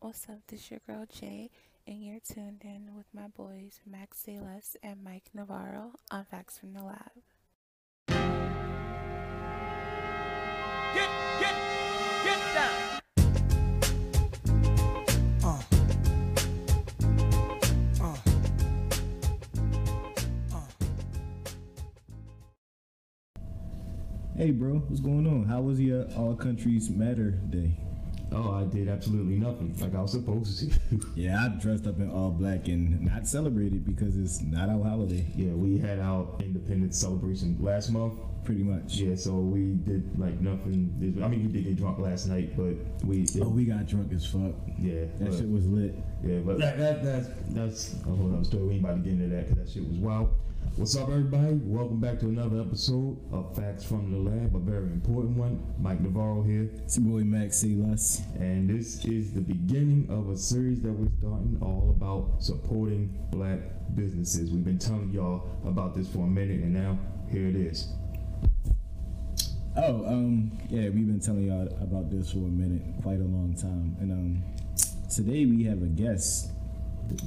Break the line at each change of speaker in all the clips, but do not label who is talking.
What's up? This your girl Jay, and you're tuned in with my boys Max Salas and Mike Navarro on Facts from the Lab.
Get, get, get down.
Uh. Uh. Uh.
Hey, bro, what's going on? How was your All Countries Matter Day?
Oh, I did absolutely nothing. Like I was supposed to.
Yeah, I dressed up in all black and not celebrated because it's not our holiday,
yeah, we had our independence celebration last month.
pretty much.
Yeah, so we did like nothing. this- I mean, we did get drunk last night, but we.
Oh, we got drunk as fuck.
yeah,
That
but,
shit was lit.
yeah, but that, that, that's that's a whole other story. We ain't about to get into that because that shit was wild. What's up, everybody? Welcome back to another episode of Facts from the Lab, a very important one. Mike Navarro here.
It's your boy Max Salas.
And this is the beginning of a series that we're starting all about supporting black businesses. We've been telling y'all about this for a minute, and now here it is.
Oh, um, yeah, we've been telling y'all about this for a minute, quite a long time. And um, today we have a guest,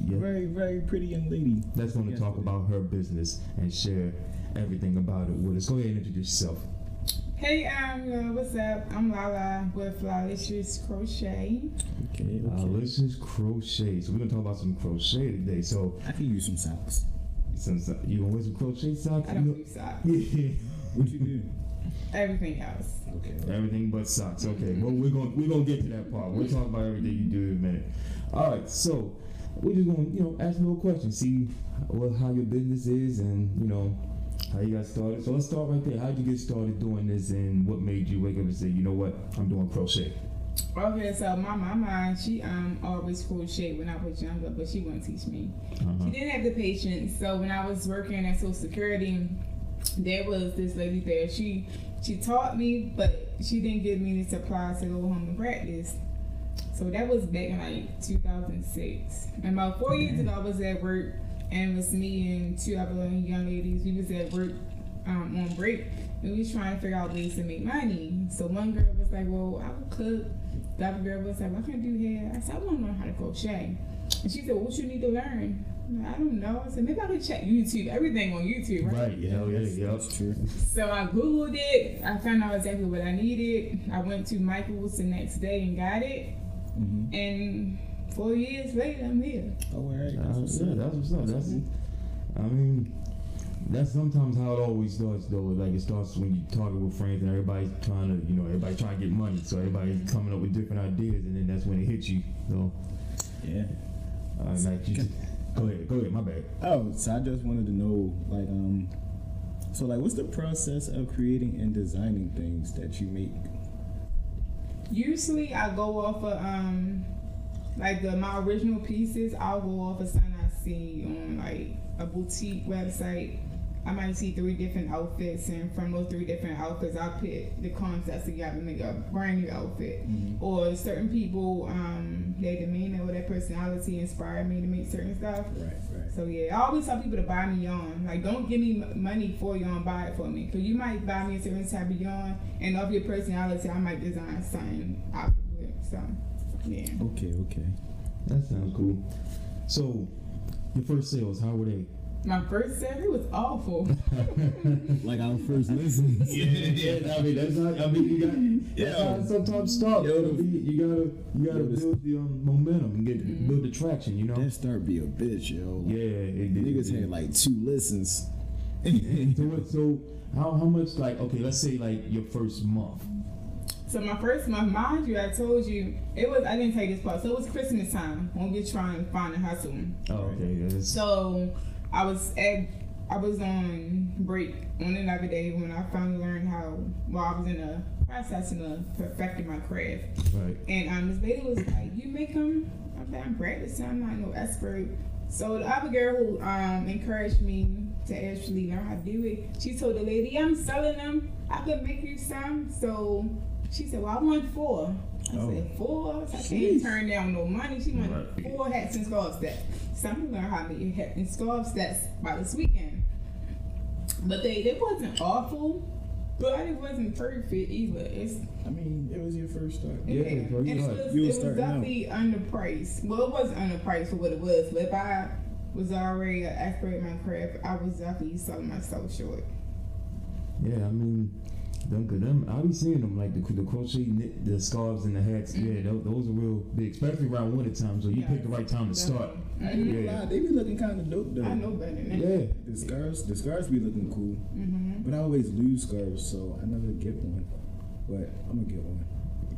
Yeah,
very, very pretty young lady.
that's going to talk about her business and share everything about it with us. Go ahead and introduce yourself.
Hey, um, uh, what's up? I'm Lala with Lalicious Crochet.
Okay,
Uh, this is crochet. So we're going to talk about some crochet today. So
I can use some socks.
since you going to wear some crochet socks?
I
You
don't
know-
do socks.
Yeah.
What you do?
Everything else.
Okay.
Everything but socks. Okay. Well, we're going we're gonna get to that part. We'll talk about everything you do in a minute. All right. So we're just gonna you know ask little questions, see well how your business is, and you know how you got started. So let's start right there. How would you get started doing this, and what made you wake up and say, you know what, I'm doing crochet?
Okay, so my mama, she um always crochet when I was younger, but she wouldn't teach me.
Uh-huh.
She didn't have the patience. So when I was working at Social Security, there was this lady there. She she taught me, but she didn't give me the supplies to go home and practice. So that was back in like 2006. And about four years ago, I was at work, and it was me and two other young ladies. We was at work um, on break, and we was trying to figure out ways to make money. So one girl was like, "Well, I would cook." The other girl was like, "Well, I can do hair." I said, "I want to learn how to crochet." And she said, "What you need to learn?" I'm like, I don't know. I said, maybe I can check YouTube. Everything on YouTube, right?
Hell yeah. Yep.
That's true.
So I googled it. I found out exactly what I needed. I went to Michael's the next day and got it.
Mhm.
And four years later, I'm here.
Oh, all right.
That's what's up. That's what's up. That's. I mean, that's sometimes how it always starts, though. Like it starts when you talking with friends and everybody's trying to, you know, everybody trying to get money, so everybody's coming up with different ideas, and then that's when it hits you. So,
Yeah.
uh, like, you, go ahead, go ahead. My bad.
Oh, so I just wanted to know, like, um, so like, what's the process of creating and designing things that you make?
Usually, I go off of um, like the my original pieces. I'll go off of something I see on like a boutique website. I might see three different outfits, and from those three different outfits, I'll put the concepts together and make a brand new outfit. Or certain people, um, their demeanor or their personality inspired me to make certain stuff.
Right, right.
So yeah, I always tell people to buy me yarn. Like, don't give me m- money for yarn, buy it for me. Cause you might buy me a certain type of yarn, and of your personality, I might design something out of it. So yeah,
Okay, okay.
That sounds cool. So, your first sales, how were they?
my first surgery was awful.
Like our first listens.
yeah. I mean, that's not. I mean, you got.
Yeah.
That's how it sometimes starts.
Yo,
You gotta, be- you gotta, Mm-hmm. you gotta
yo, this-
build the um, momentum and get build the traction. You know.
That start be a bitch, yo.
yeah. It, it-
Niggas
it-
had like two listens.
So what? So how how much like okay? Let's say like your first month.
So my first month, mind you, I told you it was. I didn't take this part. So it was Christmas time when we were trying to find a hustle.
Oh, okay. That's,
So I was at I was on break on another day when I finally learned how. Well, I was in a process of perfecting my craft.
right.
And um, this lady was like, "You make them." I'm like, "I'm practicing. I'm not no expert." So the other girl who um, encouraged me to actually learn how to do it, she told the lady, "I'm selling them. I can make you some." So she said, "Well, I want four. I
Oh.
said, four? So I can't turn down no money. She wanted
Right.
four hats and scarves sets. So I'm gonna learn how to make hats and scarves sets by this weekend. But they, they wasn't awful. But it wasn't perfect either. It's
I mean, it was your first start.
Yeah, bro,
and
you
it
right.
was,
You
it
was
was
starting out.
definitely underpriced. Well, it was underpriced for what it was, but if I was already an expert in my craft, I was definitely selling myself short.
Yeah, I mean, them, cause them, I be seeing them like the, the crochet knit, the scarves and the hats. Yeah, those, those are real big, especially around winter time. So you
Yeah.
pick the right time to start.
Nah,
Yeah,
they be looking kind of dope though.
Mm-hmm. I know better than that.
yeah.
The scarves, the scarves be looking cool,
Mm-hmm.
but I always lose scarves, so I never get one. But I'm gonna get one.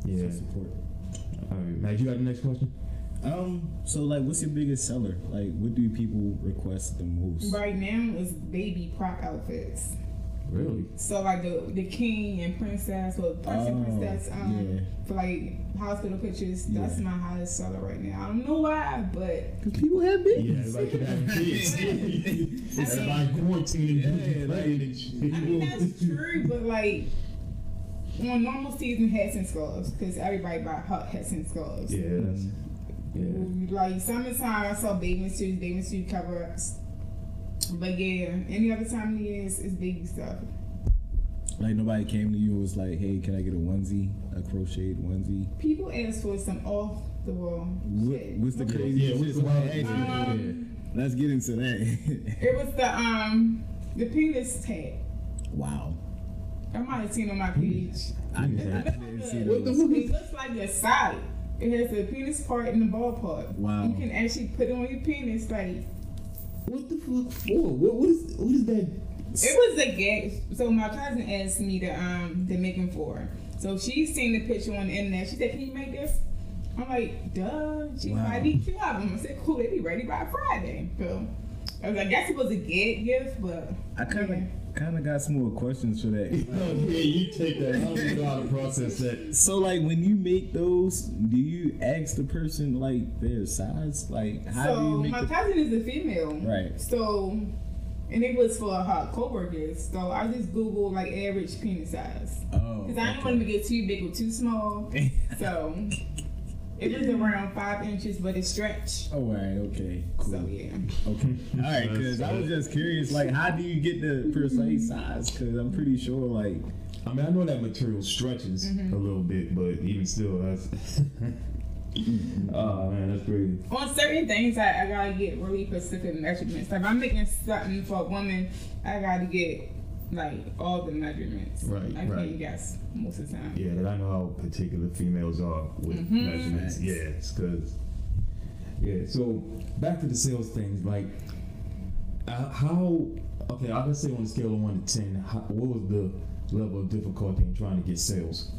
Yeah.
For support.
All right, Max, you got the next question?
Um. So like, what's your biggest seller? Like, what do people request the most?
Right now is baby prop outfits.
Really?
So like the the king and princess, well, prince
Oh,
and princess, um,
yeah.
for like hospital pictures. That's
Yeah.
my highest seller right now. I don't know why, but
Cause people have big.
Yeah, everybody can have kids.
I mean-
Everybody quarantining.
Yeah, like-
and-
I mean that's true, but like on normal season hats and scarves, because everybody buy hot hats and scarves.
Yeah, that's,
Um,
yeah.
Like summertime, I saw bathing suits, bathing suit cover ups. But yeah, any other time of the year is, is baby stuff.
Like nobody came to you and was like, "Hey, can I get a onesie, a crocheted onesie?"
People ask for some off the wall
What,
shit.
what's the
Yeah,
craziest?
yeah, what's the
shit?
wildest-
Um,
Let's get into that.
It was the um the penis tag.
wow.
I might have seen on my page.
I didn't, I
Yeah.
didn't see
It
those.
looks like a side. It has the penis part and the ball part.
Wow.
You can actually put it on your penis. Like it
What the fuck for? What, what is what is that?
was a gag. So my cousin asked me to um to make them for. her. So she seen the picture on the internet. She said, "Can you make this?" I'm like, "Duh." She
Wow.
might need two of them. I said, "Cool, they be ready by Friday." So I was like, "I guess it was a gag gift, but
I kind of kind of got some more questions for that.
No, yeah, you take that. I don't even know how to process that.
So like when you make those, do you ask the person like their size? Like how
so
do you
my
make the
cousin is a female,
Right.
So, and it was for her coworkers. So I just googled like average penis size
Oh,
because I didn't want them to get too big or too small.
okay.
So it was around five inches, but it stretched.
Oh, all right, okay, cool,
So yeah,
okay, all right. Because I was just curious, like, how do you get the precise size? Because I'm pretty sure, like,
I mean, I know that material stretches a little bit, but even still, that's. oh man, that's crazy.
on certain things I, I gotta get really specific measurements. Like if I'm making something for a woman, I gotta get like all the measurements.
Right,
I
right.
can't guess most of the time.
Yeah, that I know how particular females are with
Mhm.
measurements. Yeah, it's because. Yeah, so back to the sales things. Like, uh, how? Okay, I can say on a scale of one to ten, how, what was the level of difficulty in trying to get sales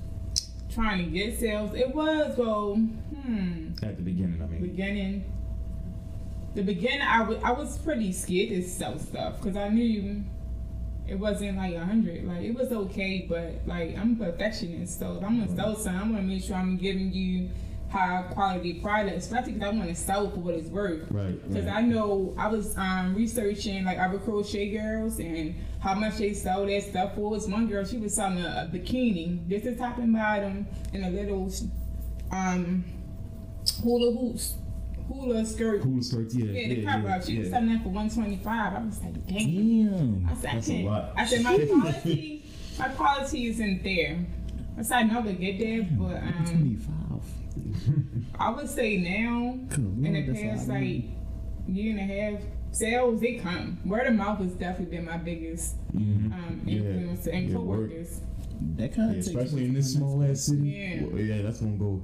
Trying to get sales, it was well, hmm.
at the beginning? I mean,
beginning the beginning I wa- I was pretty scared to sell stuff because i knew it wasn't like a hundred like it was okay but like i'm a perfectionist so if i'm gonna sell something i'm gonna make sure i'm giving you high quality products especially because i want to sell for what it's worth
right,
because
right,
I know I was um, researching like other crochet girls and how much they sell their stuff for. It's one girl she was selling a, a bikini, this is top and bottom, and a little um, hula hoops, hula skirt.
cool skirts. Yeah,
Yeah,
yeah,
the
yeah,
cover up. She was
yeah.
selling that for one twenty five. I was like, dang.
damn.
I said, I
That's a
can't.
lot.
I said my quality, my quality isn't there. I said I know to get there, but um,
25.
I would say now
Mm,
in the past like year and a half, sales they come. Word of mouth has definitely been my biggest
Mhm.
um,
Yeah.
influence and
Yeah, word.
coworkers.
that kind
Yeah,
of
especially in this small ass city.
Yeah.
Well, yeah, that's gonna go.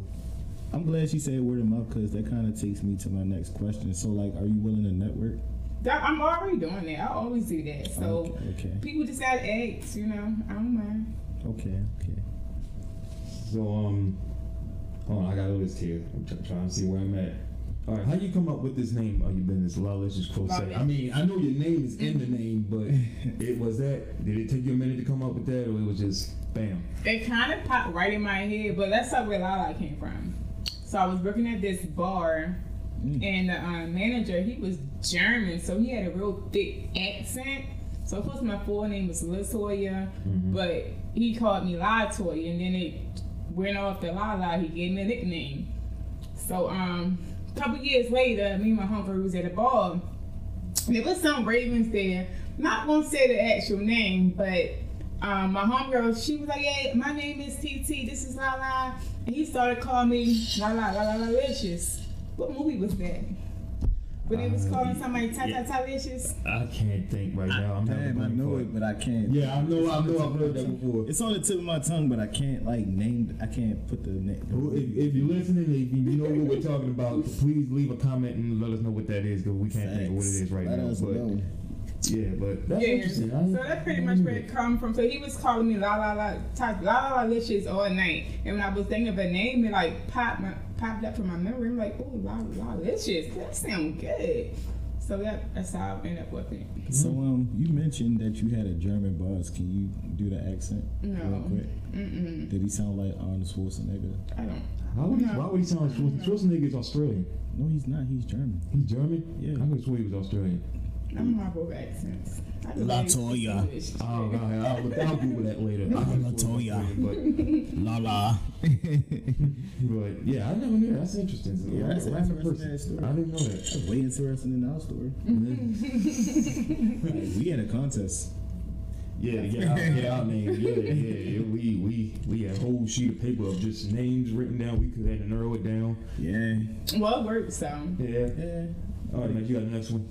I'm glad she said word of mouth because that kind of takes me to my next question. So like, are you willing to network?
That, I'm already doing that. I always do that. So
okay,
people just got eggs, you know. I don't mind.
okay, okay.
So um, hold on, I got a list here. I'm try- trying to see where I'm at. All right, how you come up with this name of your business, La Licious Crochet? I mean, I know your name is
Mm-hmm.
in the name, but it was that. Did it take you a minute to come up with that, or it was just bam?
It kind of popped right in my head, but that's not where Lala came from. So I was working at this bar,
Mm.
and the um, manager he was German, so he had a real thick accent. So of course my full name was Latoya, but he called me Latoya, and then it went off to Lala. He gave me a nickname. So um, a couple years later, me and my homie was at a bar. There was some Ravens there. Not gonna say the actual name, but um, my homegirl, she was like, "Hey, my name is TT. This is La La," and he started calling me La La La La Licious. What movie was that? When they was
Uh,
calling somebody Ta Ta
yeah.
Ta Licious.
I can't think right now. I'm not
Damn, I know it, but I can't.
Yeah, I know. I know. I've heard that before.
It's on the tip of my tongue, but I can't like name. I can't put the name.
Well, If, if you're listening, if you know what we're talking about, please leave a comment and let us know what that is because we can't think of what it is right
Let
now.
us
But
know.
yeah, but that's
Yeah,
interesting. I-
so that's pretty much where it come from. So he was calling me la la la type la la la licious all night, and when I was thinking of a name, it like popped my popped up from my memory. I'm like, oh la la licious, that sound good. So that, that's how I ended up with it.
So
Mm-hmm.
um, you mentioned that you had a German boss. Can you do the accent real
No.
quick?
Mm-mm,
Did he sound like Arnold Schwarzenegger?
I don't.
How would he, why would he sound like Schwarzenegger? Schwarzenegger is Australian.
No, he's not. He's German.
He's German.
Yeah.
I could swear he was Australian.
I'm horrible with accents. I Um, can
La
barely speak
Toya.
English.
Oh, no, I'll, look- I'll Google that later. I could
I
swear
told
he
ya.
was Australian,
La la.
But, but yeah, I never knew that. That's interesting. So,
Yeah, that's
I'm a
an
random
interesting ass
person.
story.
I didn't know that.
That's way interesting in our story. Like, we had a contest.
Yeah, to get out, get out names. Yeah, yeah, yeah. We we we had a whole sheet of paper of just names written down. We could have had to narrow it down.
Yeah.
Well, it worked, so.
Yeah.
Yeah.
All right, man. You got the next one.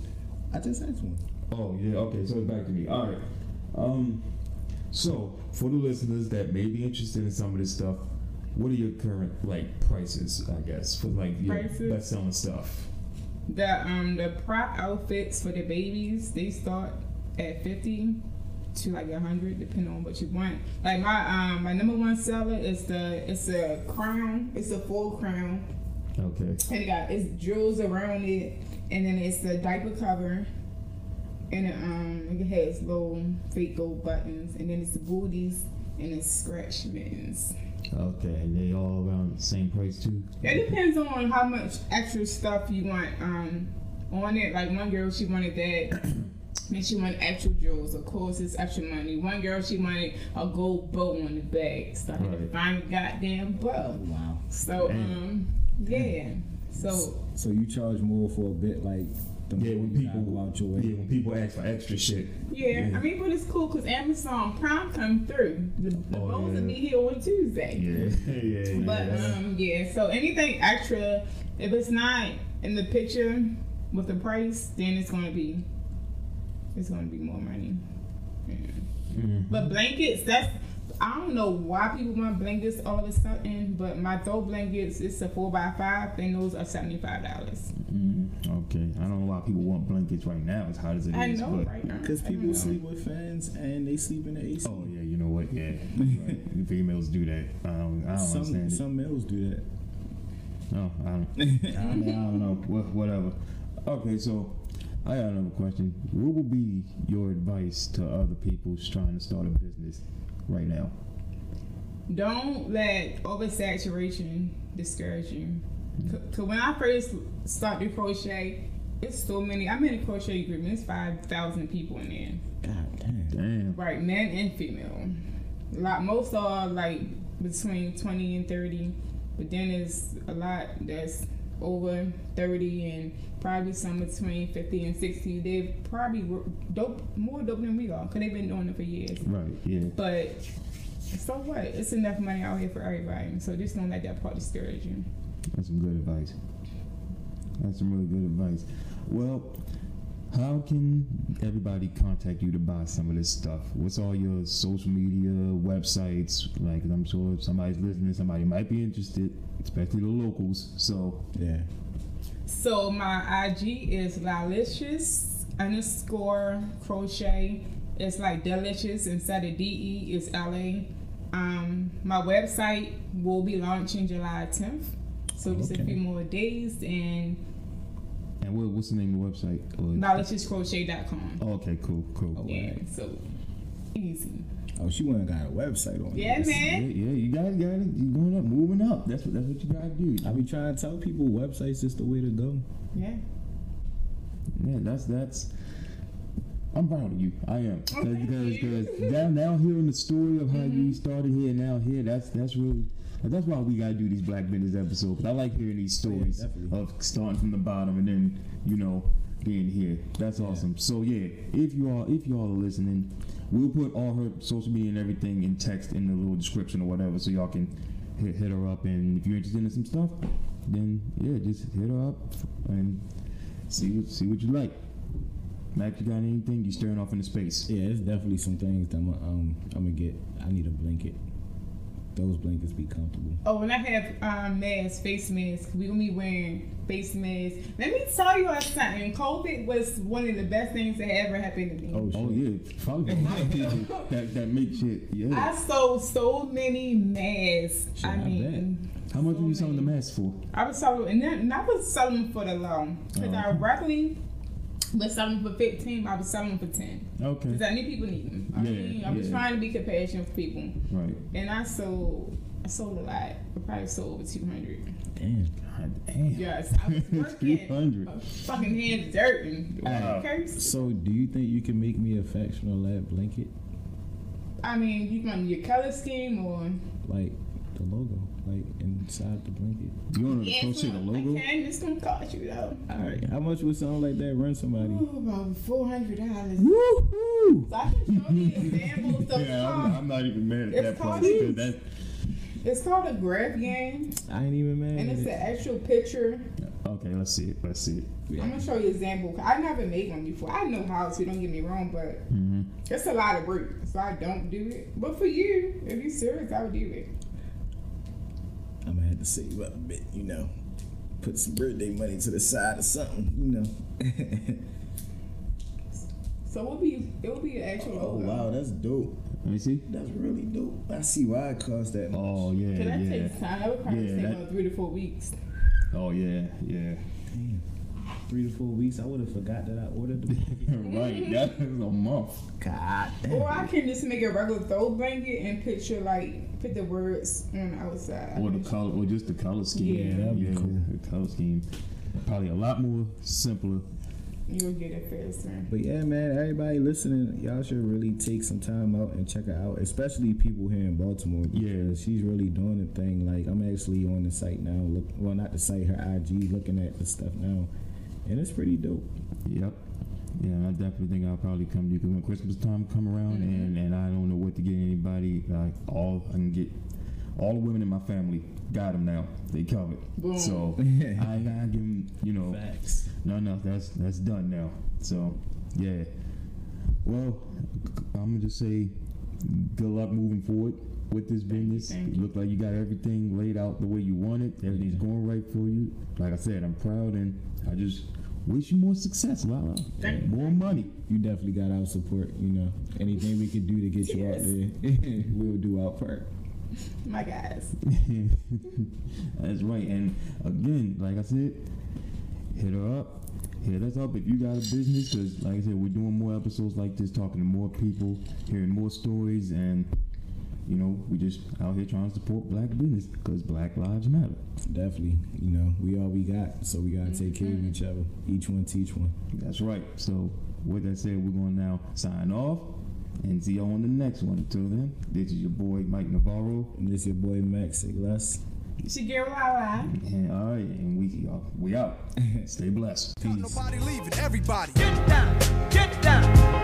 I just asked one.
Oh yeah, okay, so it's back to me. All right. Um, so for the listeners that may be interested in some of this stuff, what are your current like prices? I guess for like your
Prices?
best selling stuff.
The um the prop outfits for the babies they start at fifty to like a hundred depending on what you want. Like my um my number one seller is the it's a crown it's a full crown
Okay.
and it got it's jewels around it and then it's the diaper cover and it, um it has little fake gold buttons and then it's the booties and it's scratch mittens.
Okay, and they all around the same price too.
It depends on how much extra stuff you want um, on it. Like one girl, she wanted that, and she wanted extra jewels. Of course, it's extra money. One girl, she wanted a gold bow on the bag. So I had to
Right.
find a goddamn bow.
Wow.
So
Damn.
um, yeah. So
So you charge more for a bit, like the
Yeah,
more
when
you gotta
people
go out your way.
Yeah, when people ask for extra shit.
yeah, I mean, but it's cool because Amazon Prime come through. The, the
Oh,
bows
yeah.
will be here on Tuesday.
Yeah, yeah, yeah.
But um, yeah. So anything extra, if it's not in the picture with the price, then it's gonna be, it's gonna be more money. Yeah.
Mhm.
But blankets, that's I don't know why people want blankets all of a sudden, but my throw blankets, it's a four by five, and those are seventy five dollars.
Mhm. Okay, I don't know why people want blankets right now as hot as it is.
I know,
but,
right now.
Because
I don't
people
know.
sleep with fans and they sleep in the AC.
Oh yeah, you know what? Yeah, right. females do that. I don't, I don't
some
understand it.
some males do that.
No, I don't. I, mean, I don't know. Wha- Whatever. Okay, so I got another question. What would be your advice to other people who's trying to start a business right now?
Don't let oversaturation discourage you. C- Cause when I first started crochet, it's so many. I'm in a crochet group. and It's five thousand people in there.
God damn.
Damn.
Right, men and female. Like most are like between twenty and thirty, but then there's a lot that's over thirty and probably some between fifty and sixty. They've probably wor- dope more dope than we are because they've been doing it for years.
Right. Yeah.
But so what? It's enough money out here for everybody. So just don't let that part discourage you.
That's some good advice. That's some really good advice. Well, how can everybody contact you to buy some of this stuff? What's all your social media websites? Like, I'm sure if somebody's listening, somebody might be interested, especially the locals. So,
Yeah.
So my IG is lalicious underscore crochet. It's like delicious instead of E, de is la. Um, my website will be launching July 10th, so just
Okay.
a few more days, and
and what, what's the name of the website? Or-
laliciouscrochet.com.
Oh, okay, cool, cool.
yeah, so easy.
Oh, she went and got a website on.
Yeah,
this.
Yeah,
man.
yeah, you guys got it. You're going up, moving up. That's what that's what you gotta do.
I be trying to tell people websites is the way to go.
Yeah.
Yeah, that's that's. I'm proud of Mm-hmm. you. I am
Oh, thank
because
you.
because down now hearing the story of how you started here and now here that's that's really that's why we gotta do these Black Business episodes. 'cause I like hearing these
Oh, yeah,
stories
definitely.
of starting from the bottom and then you know being here. That's awesome. So yeah, if you all if you all are listening, We'll put all her social media and everything in text in the little description or whatever, so y'all can hit, hit her up. And if you're interested in some stuff, then yeah, just hit her up and see what see what you like. Mac, you got anything? You staring off into space?
Yeah, it's definitely some things that I'm, um, I'm gonna get. I need a blanket. Those blankets be comfortable.
Oh, and I have um, masks, face masks. We're gonna be wearing face masks. Let me tell you all something. COVID was one of the best things that ever happened to me.
Oh, shit.
Oh yeah, probably a lot of people that, that make shit. Yeah.
I sold so many masks.
Shit,
I
I
mean,
How much were you selling the mask for?
I was selling, and then and I was selling for the loan because
Oh.
I directly was selling for fifteen. I was selling for ten
Okay.
because I knew people need them. I
Yeah,
mean, I was
yeah.
trying to be compassionate for people,
Right.
and I sold. I sold a lot. I probably sold over two hundred.
Damn.
God damn.
Yes, I was working.
300.
my fucking hands dirt and
Wow.
curse.
So, do you think you can make me a factional lab blanket
I mean, you can your color scheme or
like the logo, like inside the blanket?
You want to associate a logo?
I can. It's gonna cost you though.
All right. How much would something like that run somebody?
Ooh, about four hundred dollars.
Woohoo!
So I can show you examples of
Yeah, I'm, I'm not even mad at
It's
that part.
called-
because That,
It's called a graph game,
I ain't even mad.
and
at
it's
it.
an actual picture.
okay, let's see it. Let's see it.
I'm gonna show you an example. 'cause I never made one before. I know how to. Don't get me wrong, but
Mm-hmm.
it's a lot of work, so I don't do it. But for you, if you're serious, I would do it.
I'm gonna have to save up a bit, you know. Put some birthday money to the side or something, you know.
So it would be it would be an actual.
oh
logo.
wow, that's dope.
Let me see.
That's really dope. I see why it cost that much.
Oh yeah,
So that
yeah.
takes time. That would probably
Yeah,
take
that-
about three to four weeks.
Oh yeah, yeah.
Damn. Three to four weeks. I would have forgot that I ordered the
right. That is a month.
God
Or I can just make a regular throw blanket and picture like put the words on the outside.
Or the color, or just the color scheme.
Yeah,
that'd be cool.
The color scheme. Probably a lot more simpler.
You'll get it faster.
But yeah, man, everybody listening, y'all should really take some time out and check her out, especially people here in Baltimore.
Yeah.
because she's really doing a thing. Like I'm actually on the site now. Look, well, not the site, her IG, looking at the stuff now, and it's pretty dope.
Yep. Yeah, I definitely think I'll probably come to you 'cause when Christmas time come around
Mm-hmm.
and, and I don't know what to get anybody. Like all I can get, all the women in my family got them now. They covered.
Boom.
So I gotta give them, you know.
Facts.
No, no, that's that's done now. So, yeah. Well, I'm gonna just say, good luck moving forward with this business.
thank
Look like you got everything laid out the way you want it. Everything's going right for you. Like I said, I'm proud, and I just wish you more success, Lala.
Thank you.
More money.
You definitely got our support. You know, anything we could do to get you out there, we'll do our part.
My guys.
That's right. And again, like I said, hit her up. Hit us up if you got a business, because like I said, we're doing more episodes like this, talking to more people, hearing more stories, and you know, we just out here trying to support black business because Black Lives Matter.
Definitely. You know, we all we got, so we gotta take care of each other. Each one teach one.
That's right. So with that said, we're going to now sign off and see y'all on the next one. Until then, this is your boy Mike Navarro.
And this your boy Max Siglas.
She get Lala.
And all right, and we we out. Stay blessed. Peace.
Nobody leaving, everybody.
Get down, get down.